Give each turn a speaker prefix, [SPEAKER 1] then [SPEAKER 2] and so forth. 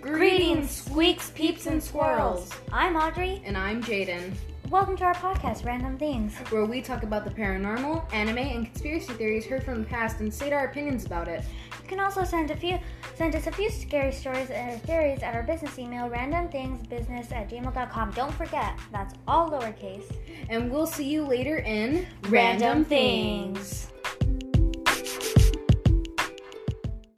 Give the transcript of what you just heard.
[SPEAKER 1] Greetings, squeaks, peeps, and squirrels. I'm Audrey.
[SPEAKER 2] And I'm Jaden,
[SPEAKER 1] Welcome to our podcast, Random Things.
[SPEAKER 2] where we talk about the paranormal, anime, and conspiracy theories heard from the past and state our opinions about it.
[SPEAKER 1] You can also send a few send us a few scary stories and theories at our business email, randomthingsbusiness at gmail.com. Don't forget, that's all lowercase.
[SPEAKER 2] And we'll see you later in
[SPEAKER 1] Random Things.